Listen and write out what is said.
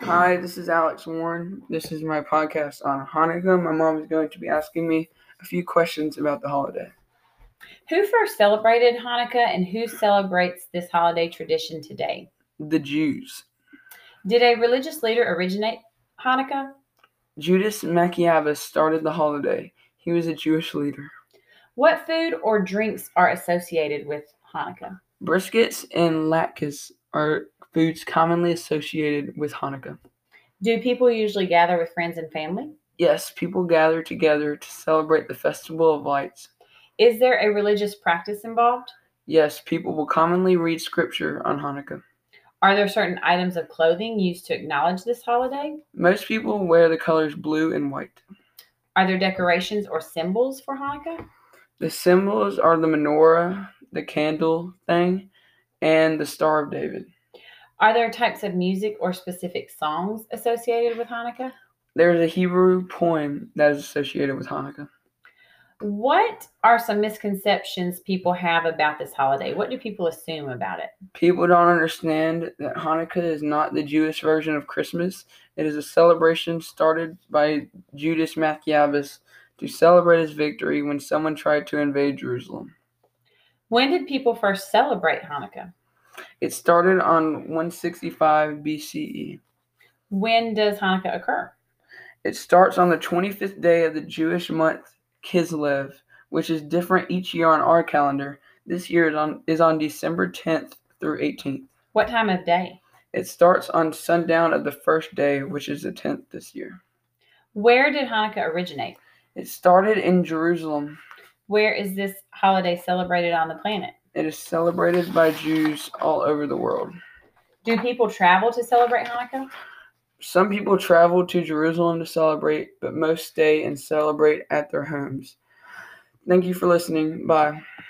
Hi, this is Alex Warren. This is my podcast on Hanukkah. My mom is going to be asking me a few questions about the holiday. Who first celebrated Hanukkah and who celebrates this holiday tradition today? The Jews. Did a religious leader originate Hanukkah? Judas Maccabeus started the holiday. He was a Jewish leader. What food or drinks are associated with Hanukkah? Briskets and latkes are foods commonly associated with Hanukkah. Do people usually gather with friends and family? Yes, people gather together to celebrate the Festival of Lights. Is there a religious practice involved? Yes, people will commonly read scripture on Hanukkah. Are there certain items of clothing used to acknowledge this holiday? Most people wear the colors blue and white. Are there decorations or symbols for Hanukkah? The symbols are the menorah, the candle thing, and the Star of David. Are there types of music or specific songs associated with Hanukkah? There is a Hebrew poem that is associated with Hanukkah. What are some misconceptions people have about this holiday? What do people assume about it? People don't understand that Hanukkah is not the Jewish version of Christmas. It is a celebration started by Judas Maccabeus to celebrate his victory when someone tried to invade Jerusalem. When did people first celebrate Hanukkah? It started on 165 BCE. When does Hanukkah occur? It starts on the 25th day of the Jewish month Kislev, which is different each year on our calendar. This year is on, is on December 10th through 18th. What time of day? It starts on sundown of the first day, which is the 10th this year. Where did Hanukkah originate? It started in Jerusalem. Where is this holiday celebrated on the planet? It is celebrated by Jews all over the world. Do people travel to celebrate Hanukkah? Some people travel to Jerusalem to celebrate, but most stay and celebrate at their homes. Thank you for listening. Bye.